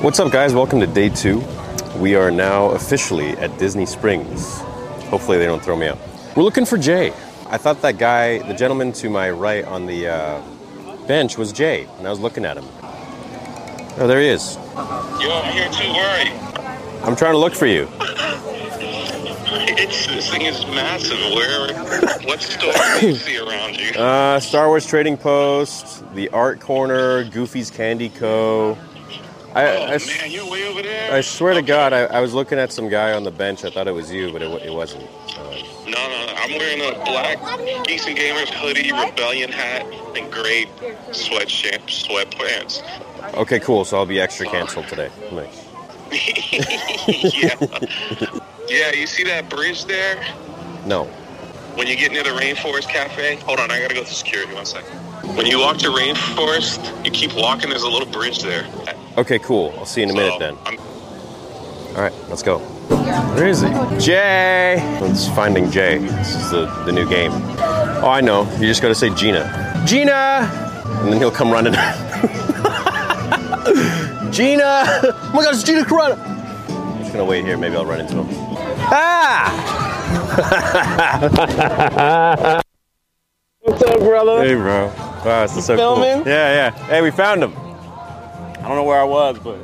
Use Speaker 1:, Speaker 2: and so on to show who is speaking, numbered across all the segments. Speaker 1: What's up, guys? Welcome to day two. We are now officially at Disney Springs. Hopefully, they don't throw me out. We're looking for Jay. I thought that guy, the gentleman to my right on the uh, bench, was Jay, and I was looking at him. Oh, there he is.
Speaker 2: Yo, I'm here too. Where are you?
Speaker 1: I'm trying to look for you.
Speaker 2: It's, this thing is massive. Where? What store do you see around you?
Speaker 1: Uh, Star Wars Trading Post, the Art Corner, Goofy's Candy Co. I,
Speaker 2: oh
Speaker 1: I s-
Speaker 2: man, you're way over there.
Speaker 1: I swear to God, I, I was looking at some guy on the bench. I thought it was you, but it, wa- it wasn't. Uh,
Speaker 2: No, no, no, I'm wearing a black Geeks and Gamers hoodie, rebellion hat, and gray sweatshirt, sweatpants.
Speaker 1: okay, cool. So I'll be extra canceled today. Nice.
Speaker 2: yeah. Yeah, you see that bridge there?
Speaker 1: No.
Speaker 2: When you get near the Rainforest Cafe, hold on, I gotta go through security one second. When you walk to Rainforest, you keep walking. There's a little bridge there.
Speaker 1: Okay, cool. I'll see you in a minute then.
Speaker 2: I'm,
Speaker 1: All right, let's go. Where is he? Jay. It's finding Jay. This is the, the new game. Oh, I know. You just gotta say Gina. Gina! And then he'll come running. Gina! Oh my god, it's Gina Carano! I'm just gonna wait here. Maybe I'll run into him. Ah!
Speaker 3: What's up, brother?
Speaker 1: Hey, bro. Wow, this is so
Speaker 3: filming?
Speaker 1: cool. Yeah, yeah. Hey, we found him.
Speaker 3: I don't know where I was, but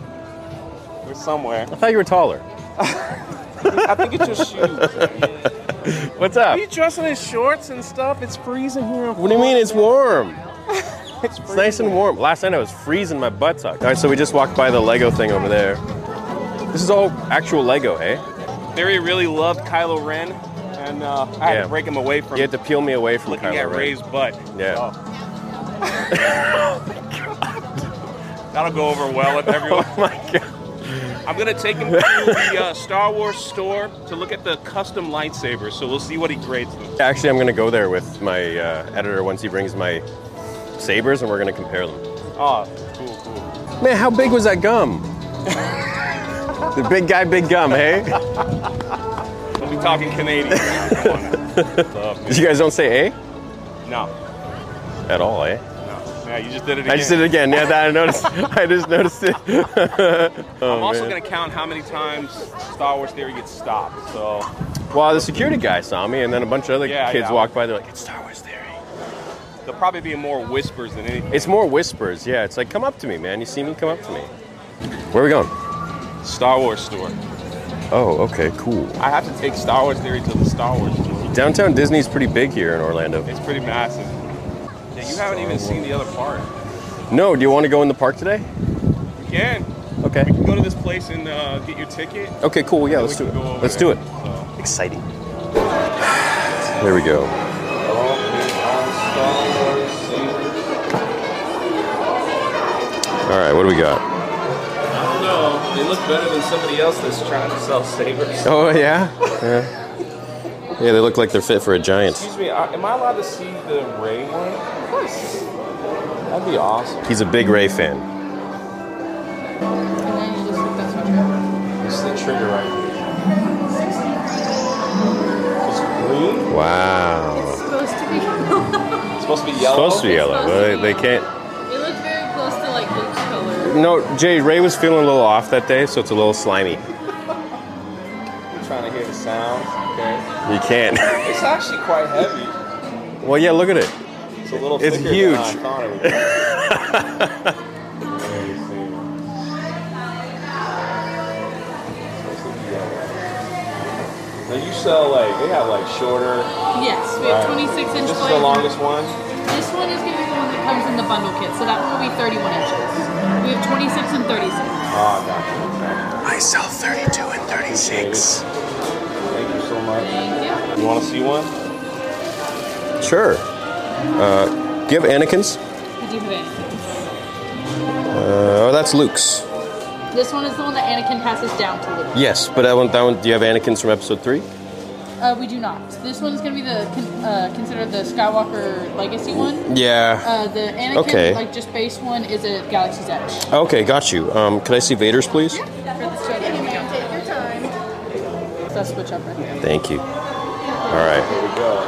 Speaker 3: we're somewhere.
Speaker 1: I thought you were taller.
Speaker 3: I think it's your shoes.
Speaker 1: What's up?
Speaker 3: Are you dressing in shorts and stuff? It's freezing here. in
Speaker 1: What do you mean? It's
Speaker 3: Florida.
Speaker 1: warm.
Speaker 3: It's
Speaker 1: It's nice and warm. Last night I was freezing my buttock. All right, so we just walked by the Lego thing over there. This is all actual Lego, eh? hey?
Speaker 3: Barry really loved Kylo Ren, and uh, I had
Speaker 1: Yeah.
Speaker 3: to break him away from
Speaker 1: You had to peel me away from
Speaker 3: looking
Speaker 1: Kylo
Speaker 3: at
Speaker 1: Ren.
Speaker 3: Ray's butt.
Speaker 1: Yeah.
Speaker 3: So. That'll go over well with everyone.
Speaker 1: Oh my god.
Speaker 3: I'm gonna take him to the uh, Star Wars store to look at the custom lightsabers, so we'll see what he grades them.
Speaker 1: Actually, I'm gonna go there with my uh, editor once he brings my sabers, and we're gonna compare them.
Speaker 3: Oh, cool, cool.
Speaker 1: Man, how big was that gum? the big guy, big gum, hey?
Speaker 3: We'll be talking Canadian. Come on now. What's up, man?
Speaker 1: You guys don't say eh
Speaker 3: No,
Speaker 1: at all, eh?
Speaker 3: no. Yeah, you just did it again.
Speaker 1: I just did it again. Yeah, that I noticed. I just noticed it.
Speaker 3: I'm also
Speaker 1: man.
Speaker 3: going to count how many times Star Wars Theory gets stopped. So,
Speaker 1: Well, the security guy saw me, and then a bunch of other
Speaker 3: Yeah,
Speaker 1: kids
Speaker 3: yeah.
Speaker 1: walked by. They're like, "It's Star Wars Theory."
Speaker 3: there'll probably be more whispers than anything.
Speaker 1: It's more whispers. Yeah, it's like, "Come up to me, man. You see me? Come up to me." Where are we going?
Speaker 3: Star Wars store.
Speaker 1: Oh, okay, cool.
Speaker 3: I have to take Star Wars Theory to the Star Wars store.
Speaker 1: Downtown Disney's pretty big here in Orlando.
Speaker 3: It's pretty massive. Yeah, you haven't even seen the other part.
Speaker 1: No, do you want to go in the park today?
Speaker 3: You can.
Speaker 1: Okay.
Speaker 3: You can go to this place and uh, get your ticket.
Speaker 1: Okay, cool. Yeah,
Speaker 3: We
Speaker 1: let's do
Speaker 3: can
Speaker 1: it.
Speaker 3: go over
Speaker 1: Let's do
Speaker 3: there.
Speaker 1: it.
Speaker 3: So-
Speaker 1: Exciting. There we go. All right, what do we got?
Speaker 4: I don't know. They look better than somebody else that's trying to sell savers.
Speaker 1: Oh yeah. Yeah, yeah they look like they're fit for a giant.
Speaker 3: Excuse me, I- am I allowed to see the Ray one? Of course. That'd be awesome.
Speaker 1: He's a big Ray fan.
Speaker 3: This is the trigger right here. It's green.
Speaker 1: Wow.
Speaker 5: It's supposed to be. it
Speaker 3: It's supposed to be
Speaker 1: It's
Speaker 3: yellow.
Speaker 1: supposed to be yellow, but they can't.
Speaker 5: looked very close to like Luke's color.
Speaker 1: No, Jay. Ray was feeling a little off that day, so it's a little slimy.
Speaker 3: You're trying to hear the sounds. Okay.
Speaker 1: You can't.
Speaker 3: It's actually quite heavy.
Speaker 1: Well, yeah. Look at it.
Speaker 3: It's a little
Speaker 1: It's
Speaker 3: thicker
Speaker 1: huge.
Speaker 3: than I thought it would be. Let me see. It's supposed to be yellow. Now you sell like they have like shorter.
Speaker 5: Yes, we have
Speaker 3: Right.
Speaker 5: 26 inch
Speaker 3: This is
Speaker 5: blades.
Speaker 3: the longest one.
Speaker 5: This one is going to be the one that comes in the bundle kit, so that one will be 31 inches. We have 26 and 36.
Speaker 3: Oh, gotcha.
Speaker 1: I sell 32 and 36.
Speaker 3: Thank you so much.
Speaker 5: Thank
Speaker 3: You want to see one?
Speaker 1: Sure. Uh, do you have Anakin's?
Speaker 5: you. We do have Anakin's.
Speaker 1: Uh, oh, that's Luke's.
Speaker 5: This one is the one that Anakin passes down to Luke.
Speaker 1: Yes, but I want that one. Do you have Anakin's from Episode Three?
Speaker 5: Uh, we do not. This one is going to be the con- uh, considered the Skywalker Legacy one.
Speaker 1: Yeah.
Speaker 5: Uh, the Anakin,
Speaker 1: Okay.
Speaker 5: like just base one, is a Galaxy's Edge.
Speaker 1: Okay, got you. Um, could I see Vader's, please?
Speaker 5: For the show that we don't take your time. So switch up right there.
Speaker 1: Thank you. All right.
Speaker 3: Here we go.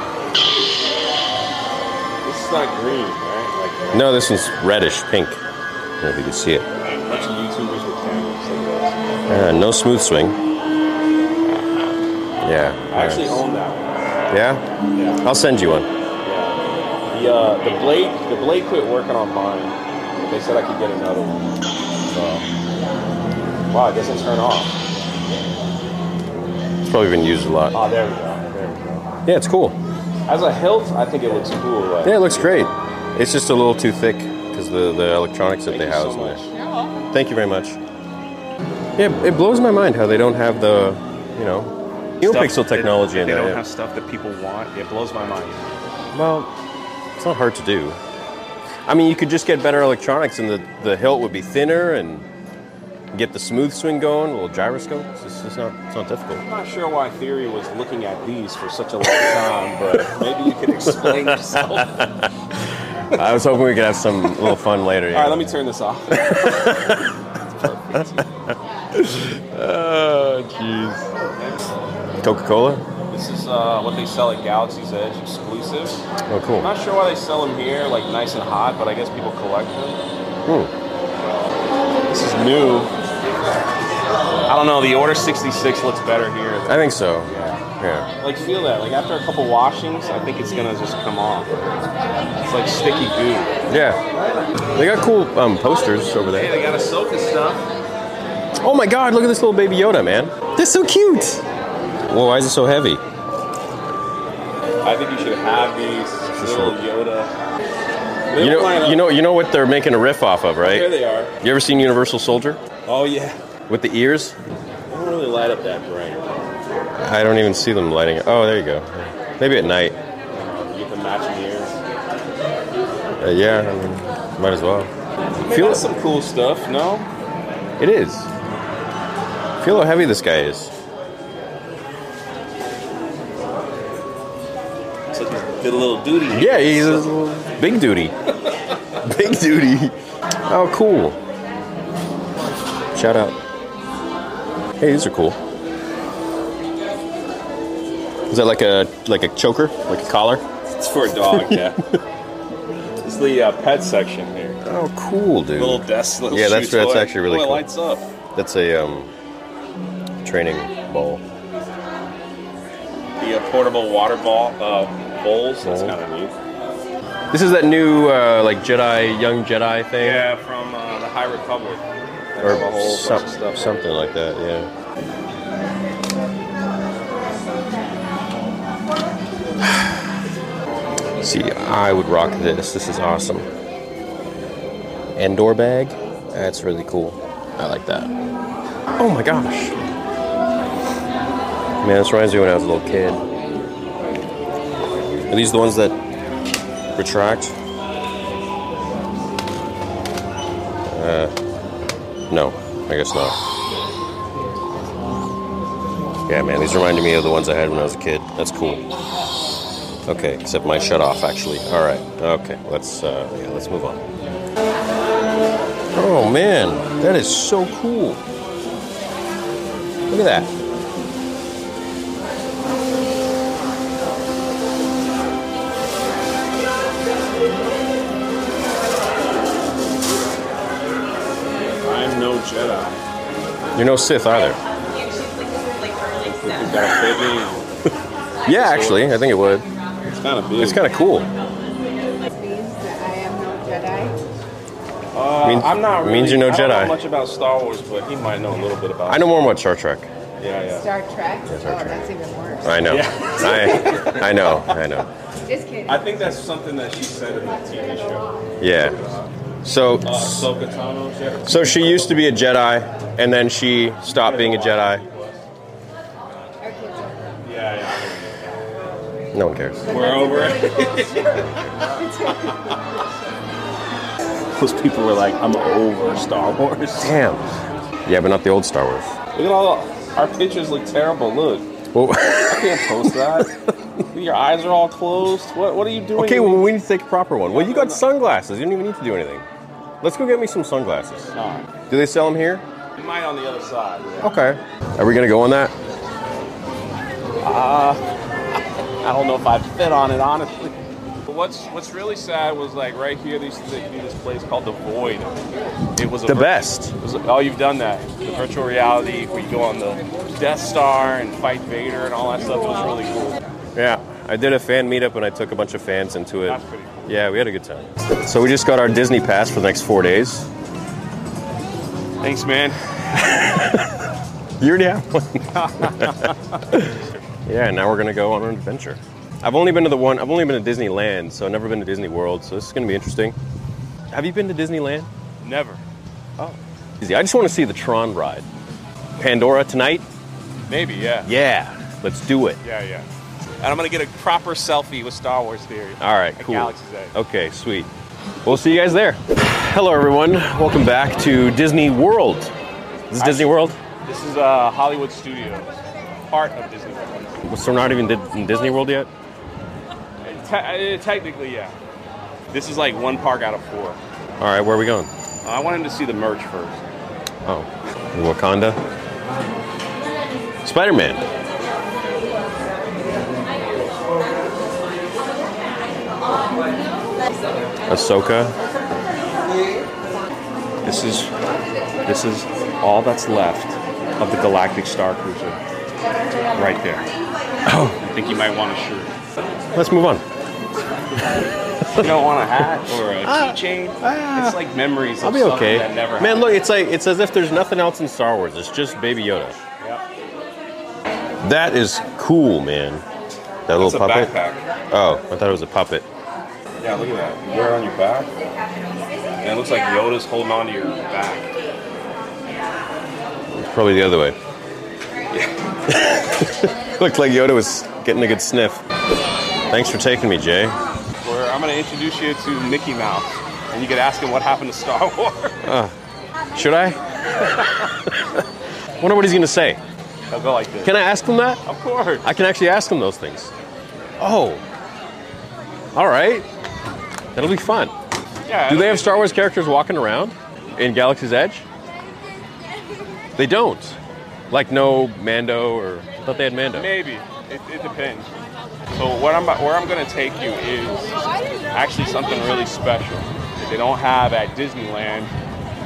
Speaker 3: This not green, right? Like
Speaker 1: No, this one's reddish pink. I don't know if you can see it.
Speaker 3: a bunch of YouTubers with cameras. Look at this.
Speaker 1: Uh, no smooth swing. Yeah.
Speaker 3: I actually own that one.
Speaker 1: Yeah?
Speaker 3: Yeah.
Speaker 1: I'll send you one.
Speaker 3: Yeah. The uh, the blade the blade quit working on mine. They said I could get another one. So wow, it doesn't turn off.
Speaker 1: It's probably been used a lot.
Speaker 3: Oh, there we go. There we go.
Speaker 1: Yeah, it's cool.
Speaker 3: As a hilt, I think it looks cool. Like,
Speaker 1: Yeah, it looks great. It's just a little too thick because the, the electronics that
Speaker 3: thank
Speaker 1: they
Speaker 3: you
Speaker 1: house in
Speaker 3: so
Speaker 1: there.
Speaker 3: much.
Speaker 5: You're welcome.
Speaker 1: Thank you very much. Yeah, it blows my mind how they don't have the, you know, new
Speaker 6: Stuff
Speaker 1: pixel
Speaker 6: that-
Speaker 1: technology
Speaker 6: that
Speaker 1: in
Speaker 6: They
Speaker 1: there.
Speaker 6: don't
Speaker 1: yeah.
Speaker 6: have stuff that people want. It blows my mind.
Speaker 1: Well, it's not hard to do. I mean, you could just get better electronics, and the, the hilt would be thinner, and get the smooth swing going, a little gyroscope. It's just it's not it's not difficult.
Speaker 3: I'm not sure why Theory was looking at these for such a long time, but maybe you could explain yourself. All
Speaker 1: I was hoping we could have some little fun later.
Speaker 3: right, let me turn this off.
Speaker 1: Oh, jeez. Coca Cola.
Speaker 3: This is uh, what they sell at Galaxy's Edge exclusive.
Speaker 1: Oh,
Speaker 3: I'm
Speaker 1: cool.
Speaker 3: not sure why they sell them here, like nice and hot, but I guess people collect them.
Speaker 1: Hmm.
Speaker 3: This is new. I don't know. The Order 66 looks better here.
Speaker 1: I think so.
Speaker 3: Yeah.
Speaker 1: Yeah.
Speaker 3: Like feel that. Like after a couple washings, I think it's gonna just come off. It's like sticky goo.
Speaker 1: Yeah. They got cool um, posters over
Speaker 3: Hey,
Speaker 1: there.
Speaker 3: they got Ahsoka stuff.
Speaker 1: Oh my God! Look at this little baby Yoda, man. They're so cute. Whoa, why is it so heavy?
Speaker 3: I think you should have these.
Speaker 1: Just
Speaker 3: little
Speaker 1: a-
Speaker 3: Yoda. They
Speaker 1: You
Speaker 3: look like
Speaker 1: know,
Speaker 3: a-
Speaker 1: you know, you know what they're making a riff off of,
Speaker 3: Here
Speaker 1: right?
Speaker 3: they are.
Speaker 1: You ever seen Universal Soldier?
Speaker 3: Oh yeah.
Speaker 1: With the ears?
Speaker 3: They don't really light up that bright.
Speaker 1: I don't even see them lighting it. Oh, there you go. Maybe at night.
Speaker 3: You get the matching ears.
Speaker 1: Uh, yeah, I mean, might as well.
Speaker 3: They
Speaker 1: Feel
Speaker 3: got some cool stuff. No.
Speaker 1: It is. Feel how heavy this guy is.
Speaker 3: It's like he's did a little duty.
Speaker 1: Yeah, he's a big duty. big duty. Oh, cool. Shout out. Hey, these are cool. Is that like a like a choker, like a collar?
Speaker 3: It's for a dog. Yeah. it's the uh, pet section here.
Speaker 1: Oh, cool, dude.
Speaker 3: Little desk. Little
Speaker 1: Yeah, that's-
Speaker 3: shoe
Speaker 1: that's
Speaker 3: toy.
Speaker 1: actually really
Speaker 3: oh,
Speaker 1: cool.
Speaker 3: It lights up.
Speaker 1: That's a um, training ball.
Speaker 3: The uh, portable water ball uh, bowls. That's
Speaker 1: Bowl.
Speaker 3: kind of neat.
Speaker 1: This is that new uh, like Jedi, young Jedi thing.
Speaker 3: Yeah, from uh, the High Republic.
Speaker 1: or
Speaker 3: There's a whole
Speaker 1: some-
Speaker 3: bunch of stuff.
Speaker 1: something like that. Yeah. See, I would rock this. This is awesome. Endor bag. That's really cool. I like that. Oh my gosh. Man, this reminds me when I was a little kid. Are these the ones that retract? No, I guess not. Yeah, man, these reminded me of the ones I had when I was a kid. That's cool. Okay, except my shut off actually. All right. Okay, let's uh, yeah, let's move on. Oh man, that is so cool. Look at that.
Speaker 3: I'm no Jedi.
Speaker 1: You're no Sith either.
Speaker 3: We've got a baby.
Speaker 1: Yeah, actually, I think it would.
Speaker 3: It's kind of big.
Speaker 1: It's kind of cool.
Speaker 7: means that I am no Jedi.
Speaker 3: Uh,
Speaker 1: Means-
Speaker 3: I'm not really,
Speaker 1: means you're no
Speaker 3: I don't know
Speaker 1: Jedi.
Speaker 3: much about Star Wars, but he might know a little bit about.
Speaker 1: I know more about Star Trek.
Speaker 3: It. Yeah, yeah.
Speaker 7: Star Trek.
Speaker 1: Star
Speaker 7: oh,
Speaker 1: Trek.
Speaker 7: that's even worse.
Speaker 1: I know.
Speaker 3: Yeah.
Speaker 1: I I know. I know.
Speaker 7: Just kidding.
Speaker 3: I think that's something that she said in the TV show.
Speaker 1: Yeah. So
Speaker 3: Uh, Ahsoka Tano. she had a-
Speaker 1: So she used to be a Jedi, and then she stopped being a Jedi.
Speaker 7: Our kids are-
Speaker 3: Yeah,
Speaker 1: No one cares.
Speaker 3: yeah. We're over it. Those people were like, "I'm over Star Wars."
Speaker 1: Damn. Yeah, but not the old Star Wars.
Speaker 3: Look at all our pictures look terrible. Look,
Speaker 1: Well,
Speaker 3: you can't post that. Your eyes are all closed. What What are you doing?
Speaker 1: okay, well, we need to take a proper one. Well, you got sunglasses. You don't even need to do anything. Let's go get me some sunglasses.
Speaker 3: All right.
Speaker 1: Do they sell them here?
Speaker 3: You might on the other side. yeah.
Speaker 1: Okay. Are we gonna go on that?
Speaker 3: I don't know if I fit on it honestly. But what's what's really sad was like right here, they used to be this place called the Void. It was a
Speaker 1: The
Speaker 3: vir-
Speaker 1: best.
Speaker 3: It was, oh, you've done that. The virtual reality where you go on the Death Star and fight Vader and all that stuff. It was really cool.
Speaker 1: Yeah, I did a fan meetup and I took a bunch of fans into it.
Speaker 3: That's pretty cool.
Speaker 1: Yeah, we had a good time. So we just got our Disney pass for the next four days.
Speaker 3: Thanks, man.
Speaker 1: You already have one. yeah, now we're gonna go on an adventure. I've only been to the one. I've only been to Disneyland, so I've never been to Disney World. So this is gonna be interesting. Have you been to Disneyland?
Speaker 3: Never.
Speaker 1: Easy. I just want to see the Tron ride. Pandora tonight?
Speaker 3: Maybe, yeah.
Speaker 1: Yeah, let's do it.
Speaker 3: Yeah, yeah. And I'm gonna get a proper selfie with Star Wars Theory.
Speaker 1: All right,
Speaker 3: At
Speaker 1: cool.
Speaker 3: Galaxy's Edge.
Speaker 1: Okay, sweet. We'll see you guys there. Hello, everyone. Welcome back to Disney World. This is Disney World.
Speaker 3: This is uh, Hollywood Studios, part of Disney World.
Speaker 1: So we're not even did- in Disney World yet.
Speaker 3: Uh, te- uh, technically, yeah. This is like one park out of four.
Speaker 1: All right, where are we going?
Speaker 3: I want him to see the merch first.
Speaker 1: Oh, Wakanda. Spider Man. Ahsoka.
Speaker 3: This is this is all that's left of the Galactic Star Cruiser. Right there. Oh, I think you might want a shirt.
Speaker 1: Let's move on.
Speaker 3: You don't want a hat or a keychain. it's like memories of
Speaker 1: Ah. I'll be
Speaker 3: something
Speaker 1: okay.
Speaker 3: that never
Speaker 1: Man,
Speaker 3: happened.
Speaker 1: look, it's like it's as if there's nothing else in Star Wars. It's just Baby Yoda.
Speaker 3: Yep.
Speaker 1: That is cool, man. That little
Speaker 3: It's a
Speaker 1: puppet.
Speaker 3: backpack.
Speaker 1: Oh, I thought it was a puppet.
Speaker 3: Yeah, look at that. You wear it on your back. And it looks like Yoda's holding on to your back.
Speaker 1: Probably the other way. Looked like Yoda was getting a good sniff. Thanks for taking me, Jay.
Speaker 3: Where I'm gonna introduce you to Mickey Mouse. And you could ask him what happened to Star Wars.
Speaker 1: Should I? Wonder what he's gonna say.
Speaker 3: He'll go like this.
Speaker 1: Can I ask him that?
Speaker 3: Of course.
Speaker 1: I can actually ask him those things. Oh. All right. That'll be fun.
Speaker 3: Yeah.
Speaker 1: Do they have Star Wars characters walking around in Galaxy's Edge? They don't. Like no Mando or I thought they had Mando.
Speaker 3: Maybe. It, it depends. So what I'm about- where I'm gonna take you is actually something really special that they don't have at Disneyland.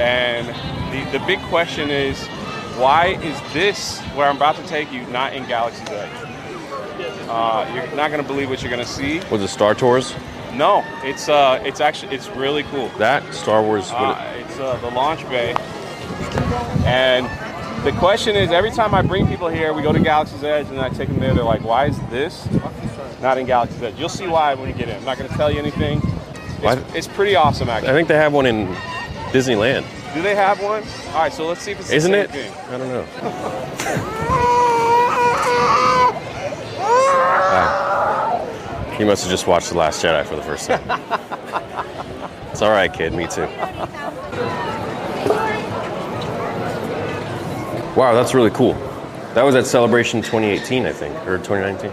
Speaker 3: And the, the big question is, why is this where I'm about to take you not in Galaxy's Edge? Uh, you're not gonna believe what you're gonna see.
Speaker 1: Was it Star Tours?
Speaker 3: No, it's uh, it's actually it's really cool.
Speaker 1: That Star Wars.
Speaker 3: Uh, it's uh, the launch bay. And the question is, every time I bring people here, we go to Galaxy's Edge and I take them there. They're like, "Why is this not in Galaxy's Edge?" You'll see why when you get in. I'm not going to tell you anything.
Speaker 1: Why-
Speaker 3: It's, it's pretty awesome,
Speaker 1: I
Speaker 3: actually.
Speaker 1: think they have one in Disneyland,
Speaker 3: Do they have one? All right, so let's see if it's
Speaker 1: isn't
Speaker 3: the
Speaker 1: it?
Speaker 3: same thing.
Speaker 1: I don't know. He must have just watched The Last Jedi for the first time. it's all right, kid. Me too. Wow, that's really cool. That was at Celebration 2018, I think, or 2019.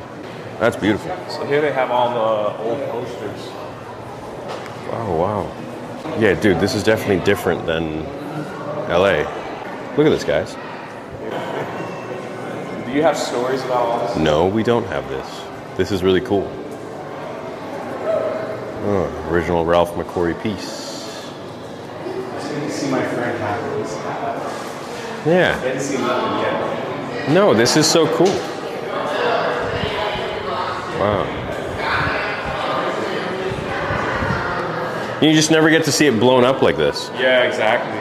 Speaker 1: That's beautiful.
Speaker 3: So here they have all the old posters.
Speaker 1: Oh wow. Yeah, dude, this is definitely different than LA. Look at this, guys.
Speaker 3: Do you have stories about all this?
Speaker 1: No, we don't have this. This is really cool. Oh, original Ralph McCory piece.
Speaker 3: I see my friend have this.
Speaker 1: Yeah.
Speaker 3: didn't see nothing yet.
Speaker 1: No, this is so cool. Wow. You just never get to see it blown up like this.
Speaker 3: Yeah, exactly.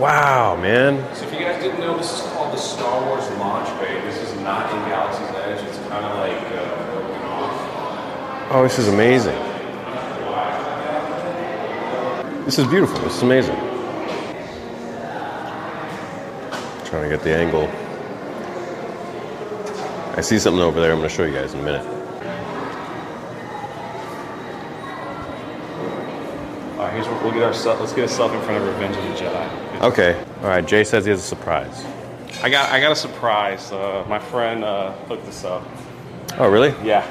Speaker 1: Wow, man.
Speaker 3: So if you guys didn't know, this is called the Star Wars Launch Bay. This is not in Galaxy's Edge. It's kind of like uh, broken off.
Speaker 1: Oh, this is amazing. This is beautiful. This is amazing. Trying to get the angle. I see something over there. I'm going to show you guys in a minute.
Speaker 3: All right, here's what we'll get ourselves. Let's get ourselves in front of Revenge of the Jedi.
Speaker 1: Okay. All right. Jay says he has a surprise.
Speaker 3: I got I got a surprise. Uh, my friend uh, hooked us up.
Speaker 1: Oh, really?
Speaker 3: Yeah.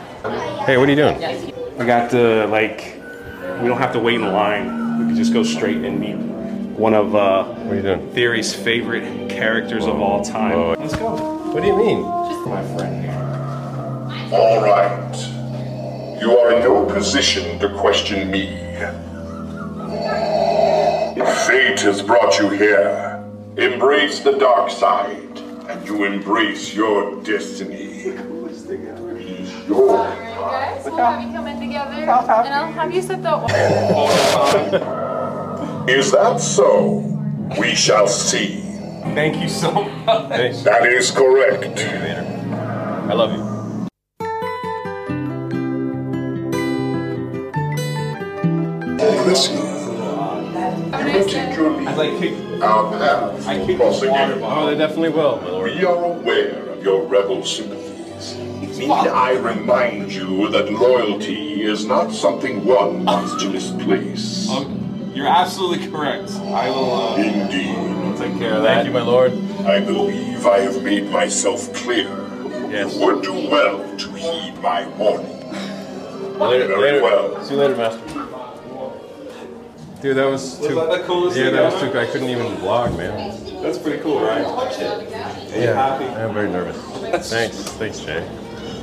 Speaker 1: Hey, what are you doing?
Speaker 3: I got the like. We don't have to wait in line. We can just go straight and meet one of uh,
Speaker 1: What are you doing?
Speaker 3: Theory's favorite characters of all time.
Speaker 1: Whoa.
Speaker 3: Let's go.
Speaker 1: What do you mean?
Speaker 3: My friend here.
Speaker 8: All right. You are in no position to question me. Fate has brought you here. Embrace the dark side, and you embrace your destiny. It's yours.
Speaker 9: guys. We'll have you come in together, and I'll have you set the order.
Speaker 8: Is that so? We shall see.
Speaker 3: Thank you so much.
Speaker 8: That is correct.
Speaker 3: I love you.
Speaker 8: Listen,
Speaker 9: Have a
Speaker 8: you will
Speaker 9: nice day.
Speaker 8: continually
Speaker 3: Like kick,
Speaker 8: our paths
Speaker 3: I
Speaker 8: will
Speaker 3: kick
Speaker 8: cross
Speaker 3: the water
Speaker 8: again.
Speaker 3: bottle.
Speaker 1: Oh, they definitely will, my lord.
Speaker 8: We are aware of your rebel sympathies. Need I remind you that loyalty is not something one wants to misplace.
Speaker 3: Um, you're absolutely correct. I will uh,
Speaker 8: Indeed,
Speaker 3: take care of
Speaker 1: Thank
Speaker 3: that.
Speaker 1: you, my lord.
Speaker 8: I believe I have made myself clear.
Speaker 1: Yes.
Speaker 8: You would do well to heed my warning.
Speaker 1: Later,
Speaker 8: Very
Speaker 1: later.
Speaker 8: well.
Speaker 1: See you later, master. Dude, that was too.
Speaker 3: that the coolest
Speaker 1: yeah,
Speaker 3: thing
Speaker 1: that was
Speaker 3: ever?
Speaker 1: too. I couldn't even vlog, man.
Speaker 3: That's pretty cool, right?
Speaker 1: Yeah,
Speaker 3: happy?
Speaker 1: I'm very nervous. Thanks, thanks, Jay.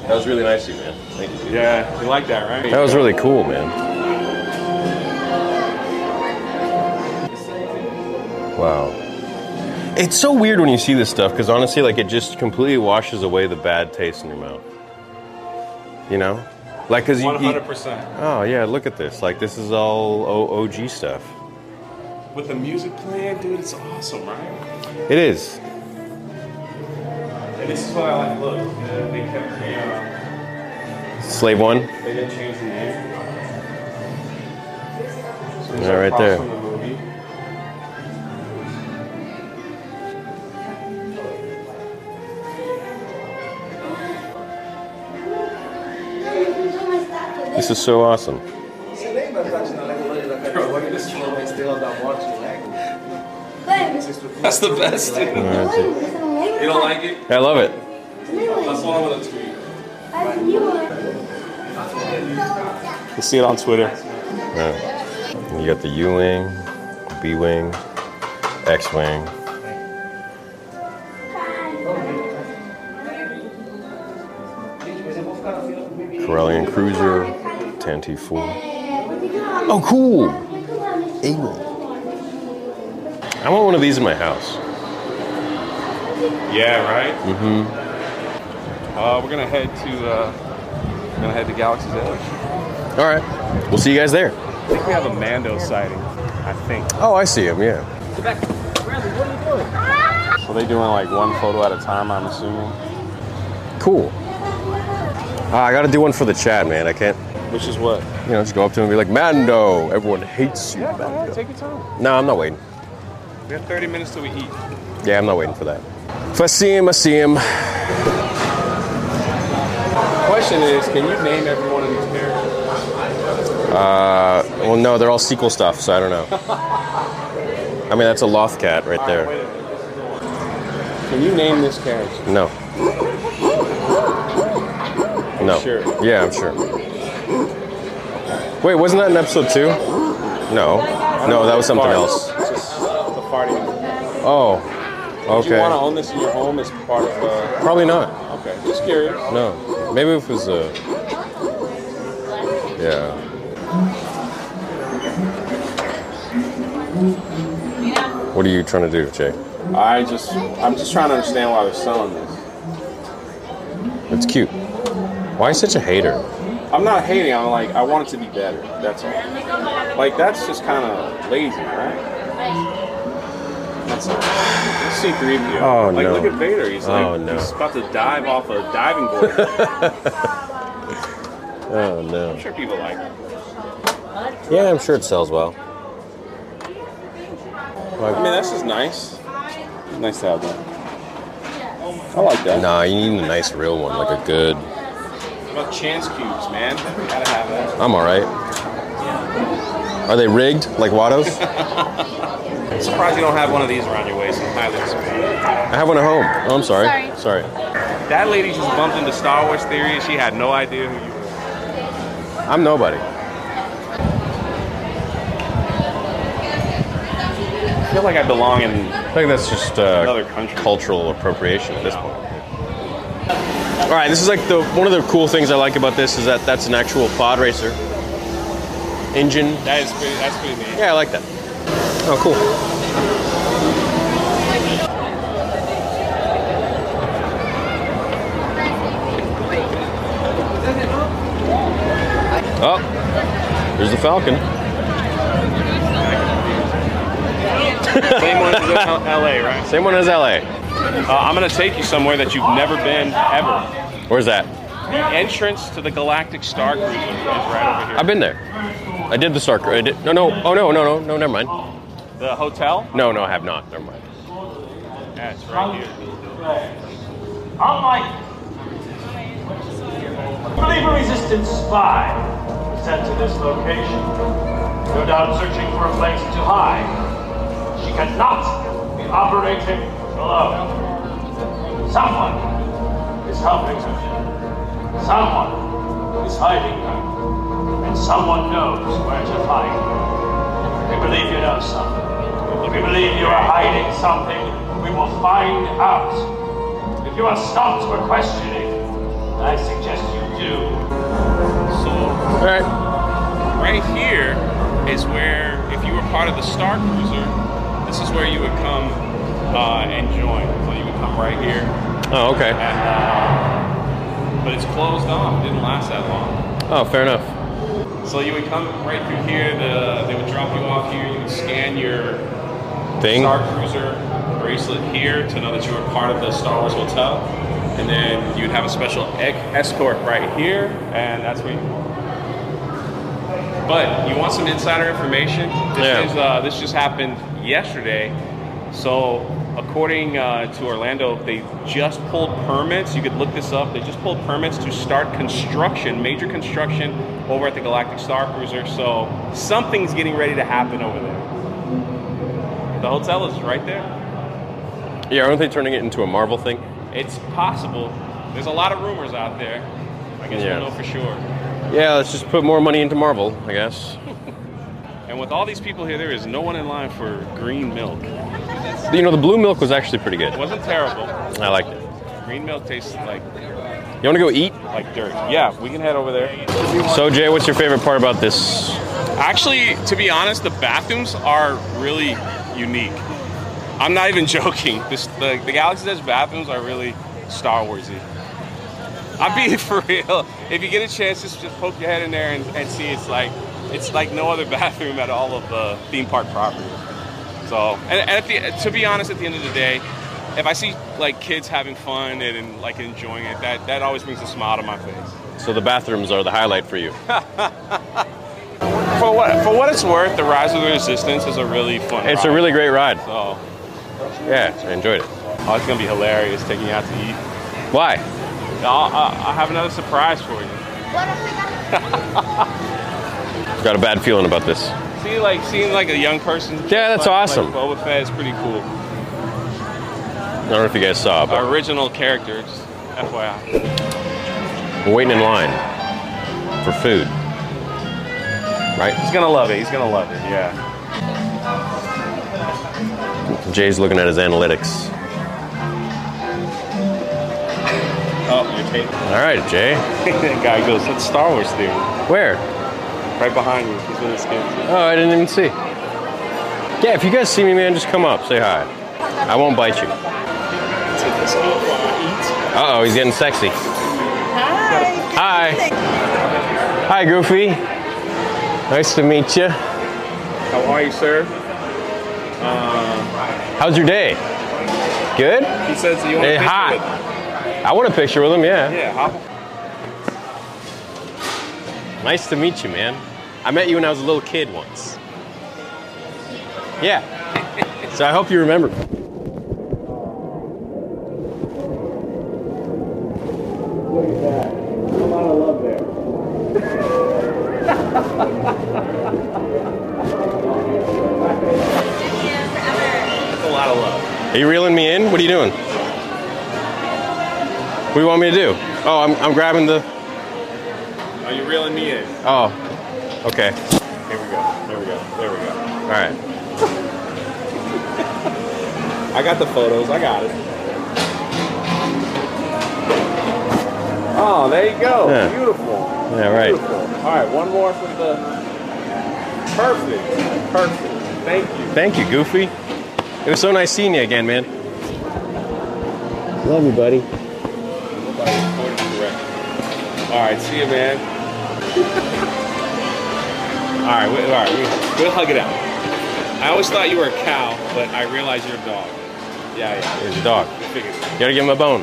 Speaker 1: That was really nice of you, man. Thank you.
Speaker 3: Yeah, you like that, right?
Speaker 1: That was really cool, man. Wow. It's so weird when you see this stuff because honestly, like it just completely washes away the bad taste in your mouth. You know, like because you,
Speaker 3: One
Speaker 1: you
Speaker 3: hundred percent.
Speaker 1: oh yeah, look at this. Like this is all O- OG stuff.
Speaker 3: With the music playing, dude, it's awesome, right?
Speaker 1: It is.
Speaker 3: And this is what I like. Look, uh, they kept the. Uh,
Speaker 1: Slave one.
Speaker 3: they didn't change the name. So these
Speaker 1: Yeah,
Speaker 3: are
Speaker 1: right
Speaker 3: props
Speaker 1: there.
Speaker 3: From the movie.
Speaker 1: This is so awesome.
Speaker 10: Você lembra da Nalegolândia da Califórnia que se chama Estrela da Morte no Lego?
Speaker 3: That's the best. Dude. You don't like it?
Speaker 1: I love it.
Speaker 3: That's one with a tweet. You'll see it on Twitter.
Speaker 1: Yeah. You got the U wing, B wing, X wing. Corellian Cruiser, Tan T4. Oh, cool! A I want one of these in my house.
Speaker 3: Yeah, right. Mm-hmm. Uh, we're gonna head to uh, we're gonna head to Galaxy's Edge.
Speaker 1: All right, we'll see you guys there.
Speaker 3: I think we have a Mando sighting. I think.
Speaker 1: Oh, I see him. Yeah.
Speaker 3: So they doing like one photo at a time, I'm assuming,
Speaker 1: Cool. Ah, I gotta do one for the chat, man. I can't,
Speaker 3: which is what.
Speaker 1: you know, just go up to him and be like, Mando, everyone hates you.
Speaker 3: Yeah, go ahead,
Speaker 1: Mando.
Speaker 3: take your time.
Speaker 1: No, I'm not waiting.
Speaker 3: We have 30 minutes till we eat.
Speaker 1: Yeah, I'm not waiting for that. If I see him, I see him.
Speaker 3: Question is, can you name every one of these characters?
Speaker 1: Well, no, they're all sequel stuff, so I don't know. I mean, that's a Loth cat right there.
Speaker 3: Wait a minute. this is the one. Can you name this character?
Speaker 1: No. No.
Speaker 3: sure?
Speaker 1: Yeah, I'm sure. Wait, wasn't that in episode two? No. No, that was something
Speaker 3: Farting.
Speaker 1: else.
Speaker 3: It's just the farting.
Speaker 1: Oh.
Speaker 3: Do you want to
Speaker 1: Okay.
Speaker 3: own this in your home as part of? Uh,
Speaker 1: Probably not.
Speaker 3: okay, just curious.
Speaker 1: No. Maybe if it was a. Yeah.
Speaker 5: Yeah.
Speaker 1: What are you trying to do, Jay?
Speaker 3: I just, I'm just trying to understand why they're selling this.
Speaker 1: It's cute. Why are you such a hater?
Speaker 3: I'm not hating. I'm like, I want it to be better. That's all. Like that's just kind of lazy, right? That's C three PO.
Speaker 1: Oh,
Speaker 3: like,
Speaker 1: no.
Speaker 3: Look at Vader. He's like,
Speaker 1: Oh, no.
Speaker 3: he's about to dive off a diving board.
Speaker 1: Oh, no.
Speaker 3: I'm sure people like it.
Speaker 1: Yeah, I'm sure it sells well.
Speaker 3: I mean, that's just nice. Nice to have that. I like that.
Speaker 1: Nah, you need a nice real one, like a good.
Speaker 3: What about chance cubes, man? Gotta have that.
Speaker 1: I'm all right. Are they rigged like Watto's?
Speaker 3: I'm surprised you don't have one of these around your waist. I'm highly disappointed.
Speaker 1: I have one at home. Oh, I'm sorry. Sorry.
Speaker 3: That lady just bumped into Star Wars Theory. and She had no idea who you were.
Speaker 1: I'm nobody.
Speaker 3: I feel like I belong in
Speaker 1: I think that's just uh,
Speaker 3: Another country.
Speaker 1: cultural appropriation at this point. All right, this is like the one of the cool things I like about this is that that's an actual pod racer engine.
Speaker 3: That is pretty, that's pretty neat.
Speaker 1: Yeah, I like that. Oh, cool. Oh, there's the Falcon.
Speaker 3: Same one as in LA, right?
Speaker 1: Same one as LA.
Speaker 3: Uh, I'm gonna take you somewhere that you've never been ever.
Speaker 1: Where's that?
Speaker 3: The entrance to the Galactic Star Cruiser is right over here.
Speaker 1: I've been there. I did the Star Cru- I did, no, no. Oh, no, no, no, no, never mind.
Speaker 3: The hotel?
Speaker 1: No, no, I have not. Never mind.
Speaker 3: That's right here.
Speaker 11: I'm Mike. Flavor Resistance Spy was sent to this location. No doubt searching for a place to hide. She cannot be operating alone. Someone is helping her. Someone is hiding her. And someone knows where to find her. We believe you know something. If we believe you are hiding something, we will find out. If you are stopped for questioning, I suggest you do. So,
Speaker 1: All right.
Speaker 3: Right here is where, if you were part of the Star Cruiser, this is where you would come uh, and join. So you would come right here.
Speaker 1: Oh, okay.
Speaker 3: And, uh, but it's closed off. It didn't last that long.
Speaker 1: Oh, fair enough.
Speaker 3: So you would come right through here. The, they would drop you off here. You would scan your
Speaker 1: Thing.
Speaker 3: Star Cruiser bracelet here to know that you were part of the Star Wars Hotel. And then you'd have a special ec- escort right here, and that's where you But you want some insider information? This,
Speaker 1: Yeah.
Speaker 3: is, uh, this just happened yesterday. So, according uh, to Orlando, they just pulled permits. You could look this up. They just pulled permits to start construction, major construction, over at the Galactic Star Cruiser. So, something's getting ready to happen over there. The hotel is right there.
Speaker 1: Yeah, aren't they turning it into a Marvel thing?
Speaker 3: It's possible. There's a lot of rumors out there. I guess
Speaker 1: Yeah.
Speaker 3: we'll know for sure.
Speaker 1: Yeah, let's just put more money into Marvel, I guess.
Speaker 3: And with all these people here, there is no one in line for green milk. It
Speaker 1: You know, the blue milk was actually pretty good.
Speaker 3: wasn't terrible.
Speaker 1: I liked it.
Speaker 3: Green milk tastes like
Speaker 1: You want to go eat?
Speaker 3: like dirt. Yeah, we can head over there.
Speaker 1: So, Jay, what's your favorite part about this?
Speaker 3: Actually, to be honest, the bathrooms are really unique. I'm not even joking. This, the, the Galaxy's Edge bathrooms are really Star Warsy. I'm being for real. If you get a chance, just, just poke your head in there and, and see. It's like it's like no other bathroom at all of the theme park property. So, and, and at the, to be honest, at the end of the day, if I see like kids having fun and, and like enjoying it, that that always brings a smile to my face.
Speaker 1: So, the bathrooms are the highlight for you.
Speaker 3: For what for what it's worth, the Rise of the Resistance is a really fun.
Speaker 1: It's a
Speaker 3: ride.
Speaker 1: really great ride.
Speaker 3: So,
Speaker 1: Yeah, I enjoyed it.
Speaker 3: oh, it's gonna be hilarious taking you out to eat.
Speaker 1: Why?
Speaker 3: I'll, I'll, I'll have another surprise for you.
Speaker 1: Got a bad feeling about this.
Speaker 3: See, like seeing like a young person.
Speaker 1: Yeah, that's
Speaker 3: like,
Speaker 1: awesome.
Speaker 3: Like Boba Fett is pretty cool.
Speaker 1: I don't know if you guys saw, but
Speaker 3: Original character, just FYI.
Speaker 1: we're waiting in line for food. Right?
Speaker 3: He's gonna love it. He's gonna love it. Yeah.
Speaker 1: Jay's looking at his analytics.
Speaker 3: Oh, your tape.
Speaker 1: All right, Jay.
Speaker 3: that guy goes. That's Star Wars theory.
Speaker 1: Where?
Speaker 3: Right behind you. He's in his skin.
Speaker 1: Oh, I didn't even see. Yeah, if you guys see me, man, just come up, say hi. I won't bite you. Uh oh, he's getting sexy. Hi. Hi. Hi, Goofy. Nice to meet you.
Speaker 3: How are you, sir?
Speaker 1: How's your day? Good?
Speaker 3: He says you want
Speaker 1: Hey, hi. I want a picture with him, yeah.
Speaker 3: Yeah, hop.
Speaker 1: Nice to meet you, man. I met you when I was a little kid once. Yeah. so I hope you remember.
Speaker 3: That's a lot of love.
Speaker 1: Are you reeling me in? What are you doing? What do you want me to do? Oh, I'm, I'm grabbing the.
Speaker 3: Are you reeling me in?
Speaker 1: Oh, okay.
Speaker 3: Here we go. There we go. There we go.
Speaker 1: All right.
Speaker 3: I got the photos. I got it.
Speaker 4: Oh, there you go.
Speaker 1: Yeah.
Speaker 4: Beautiful.
Speaker 1: Yeah, right.
Speaker 4: Beautiful. All right, one more for the. Perfect. Perfect. Thank you.
Speaker 1: Thank you, Goofy. It was so nice seeing you again, man. Love you, buddy.
Speaker 3: All right, see you, man. all right, we, all right, we, we'll hug it out. I always thought you were a cow, but I realize you're a dog. Yeah, yeah.
Speaker 1: Here's your dog.
Speaker 3: I figured.
Speaker 1: You gotta give him a bone.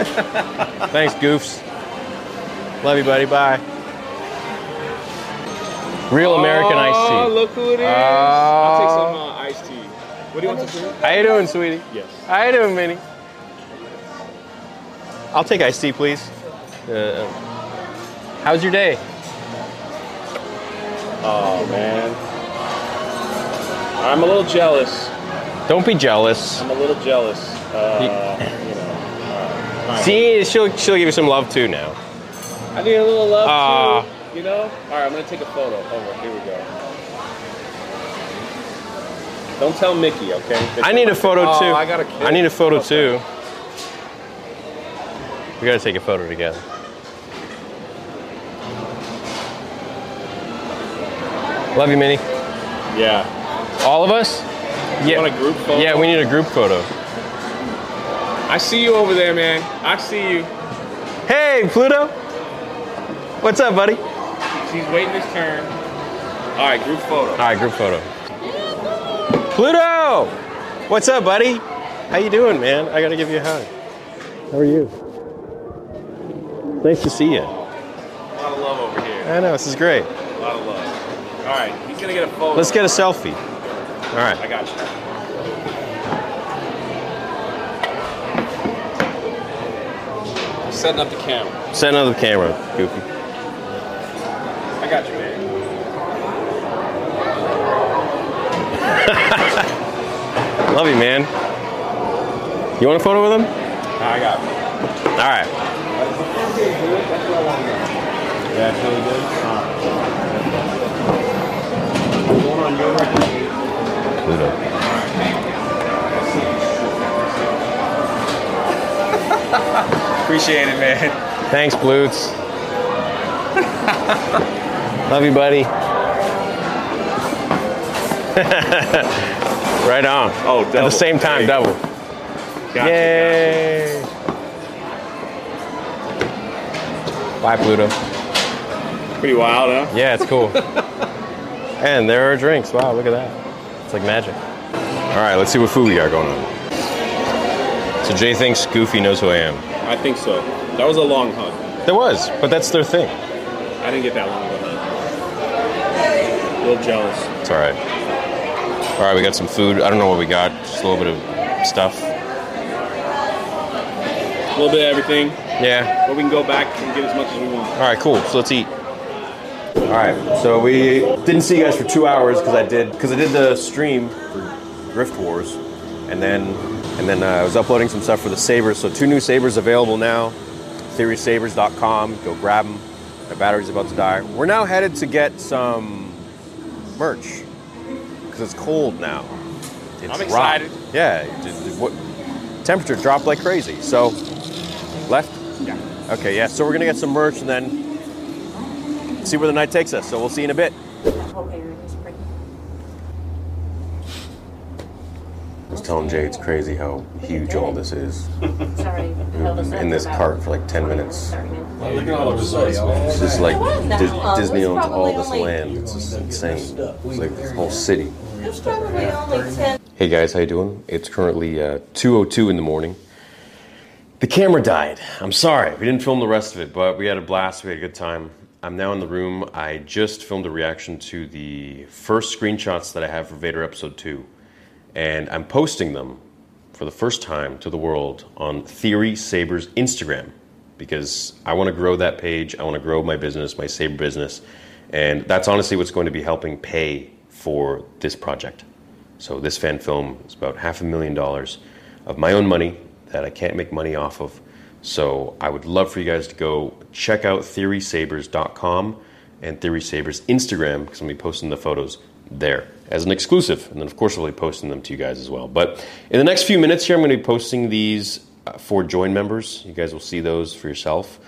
Speaker 1: Thanks, goofs. Love you, buddy. Bye. Real American
Speaker 3: Oh,
Speaker 1: iced Uh,
Speaker 3: look who it is. I'll take some uh, iced tea. What do you want to
Speaker 1: tea.
Speaker 3: drink?
Speaker 1: How you doing, sweetie?
Speaker 3: Yes.
Speaker 1: How you doing, Minnie? I'll take iced tea, please. Uh, how's your day?
Speaker 4: Oh man. I'm a little jealous.
Speaker 1: Don't be jealous.
Speaker 4: I'm a little jealous. Uh, you know. uh, all right.
Speaker 1: See, she'll she'll give you some love too now.
Speaker 4: I need a little love
Speaker 1: Ah.
Speaker 4: too. You know. All right, I'm gonna take a photo. Over. Here we go. Don't tell Mickey, okay?
Speaker 1: I need a photo
Speaker 4: Oh,
Speaker 1: too.
Speaker 4: I got a kid.
Speaker 1: I need a photo
Speaker 4: Okay.
Speaker 1: too. We gotta take a photo together. Love you, Minnie.
Speaker 4: Yeah.
Speaker 1: All of us?
Speaker 4: You want a group photo?
Speaker 1: Yeah, we need a group photo.
Speaker 3: I see you over there, man. I see you.
Speaker 1: Hey, Pluto. What's up, buddy?
Speaker 3: She's waiting his turn. All right, group photo.
Speaker 1: All right, group photo. Pluto. What's up, buddy? How you doing, man? I gotta give you a hug. How are you? Nice to see you.
Speaker 3: A lot of love over here.
Speaker 1: I know this is great.
Speaker 3: A lot of love. All right, he's gonna get a photo.
Speaker 1: Let's get a selfie. All right.
Speaker 3: I got you. I'm setting up the camera.
Speaker 1: Set another camera, Goofy.
Speaker 3: I got you, man.
Speaker 1: Love you, man. You want a photo with him?
Speaker 3: I got you.
Speaker 1: All right.
Speaker 4: Yeah, it's really good. Alright. Going on your record.
Speaker 1: Pluto.
Speaker 3: Appreciate it, man.
Speaker 1: Thanks, Blutes. Love you, buddy. right on.
Speaker 3: Oh,
Speaker 1: At the
Speaker 3: double.
Speaker 1: same time,
Speaker 3: There
Speaker 1: double. Yay! Bye, Pluto.
Speaker 3: Pretty wild, huh?
Speaker 1: Yeah, it's cool. and there are drinks. Wow, look at that. It's like magic. All right, let's see what food we got going on. So Jay thinks Goofy knows who I am.
Speaker 4: I think so. That was a long hunt.
Speaker 1: There was, but that's their thing.
Speaker 4: I didn't get that long of a hunt. A little jealous.
Speaker 1: It's all right. All right, we got some food. I don't know what we got. Just a little bit of stuff.
Speaker 4: A little bit of everything,
Speaker 1: Yeah.
Speaker 4: but we can go back and get as much as we want.
Speaker 1: All right, cool. So let's eat. All right. So we didn't see you guys for two hours because I did because I did the stream for Drift Wars, and then and then uh, I was uploading some stuff for the sabers. So two new sabers available now. TheorySabers.com. Go grab them. My battery's about to die. We're now headed to get some merch because it's cold now. It's
Speaker 3: I'm
Speaker 1: rock.
Speaker 3: excited.
Speaker 1: Yeah. it- it- What, temperature dropped like crazy. So left. Yeah. Okay. Yeah. So we're gonna get some merch and then see where the night takes us. So we'll see you in a bit. I was telling Jay it's crazy how huge all this is. Mm, in this cart for like 10 minutes.
Speaker 10: Look at all the results,
Speaker 1: This is like Dis- Disney owns all this
Speaker 12: Probably only-
Speaker 1: land. It's just insane. It's like this whole city.
Speaker 12: There's probably only 10.
Speaker 1: Hey guys, how you doing? It's currently uh, 2:02 in the morning. The camera died. I'm sorry. We didn't film the rest of it, but we had a blast. We had a good time. I'm now in the room. I just filmed a reaction to the first screenshots that I have for Vader episode 2, and I'm posting them for the first time to the world on Theory Saber's Instagram because I want to grow that page. I want to grow my business, my Saber business, and that's honestly what's going to be helping pay for this project. So this fan film is about half a million dollars of my own money that I can't make money off of. So I would love for you guys to go check out theorysabers.com and Theory Sabers Instagram because I'm going to be posting the photos there as an exclusive. And then, of course, I'll be posting them to you guys as well. But in the next few minutes here, I'm going to be posting these uh, for join members. You guys will see those for yourself.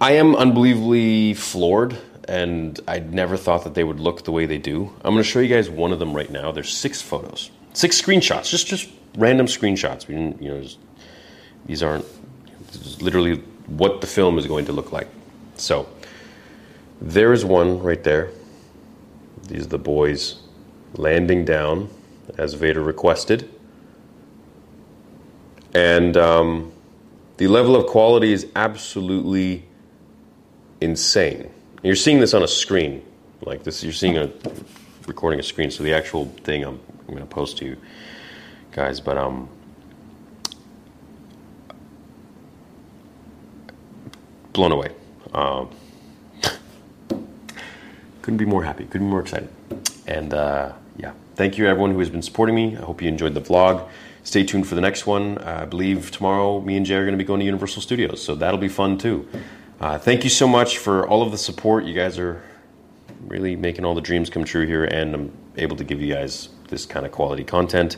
Speaker 1: I am unbelievably floored, and I never thought that they would look the way they do. I'm going to show you guys one of them right now. There's six photos, six screenshots, just just random screenshots. We didn't, you know, just, these aren't this is literally what the film is going to look like. So there is one right there. These are the boys landing down as Vader requested. And um, the level of quality is absolutely insane. And you're seeing this on a screen, like this. You're seeing a recording a screen. So the actual thing I'm, I'm going to post to you guys, but um, blown away. Um, couldn't be more happy. Couldn't be more excited. And uh, yeah, thank you everyone who has been supporting me. I hope you enjoyed the vlog. Stay tuned for the next one. Uh, I believe tomorrow me and Jay are going to be going to Universal Studios, so that'll be fun too. Uh, thank you so much for all of the support. You guys are really making all the dreams come true here, and I'm able to give you guys this kind of quality content.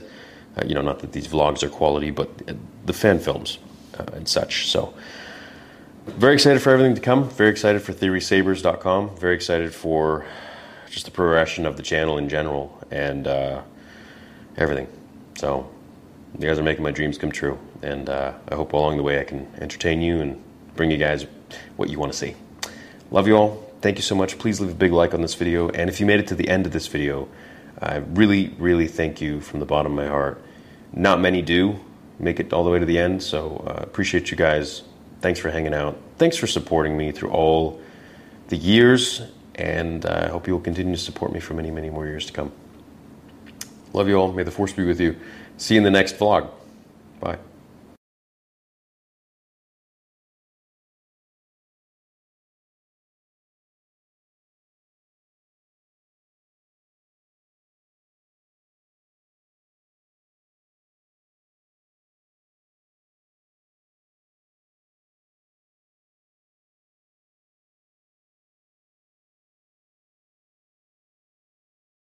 Speaker 1: Uh, you know, not that these vlogs are quality, but uh, the fan films uh, and such. So, very excited for everything to come. Very excited for theorysabers.com. Very excited for just the progression of the channel in general and uh, everything. So, you guys are making my dreams come true. And uh, I hope along the way I can entertain you and bring you guys what you want to see. Love you all. Thank you so much. Please leave a big like on this video. And if you made it to the end of this video, I really, really thank you from the bottom of my heart. Not many do make it all the way to the end, so uh, appreciate you guys. Thanks for hanging out. Thanks for supporting me through all the years, and uh, I hope you will continue to support me for many, many more years to come. Love you all. May the force be with you. See you in the next vlog. Bye.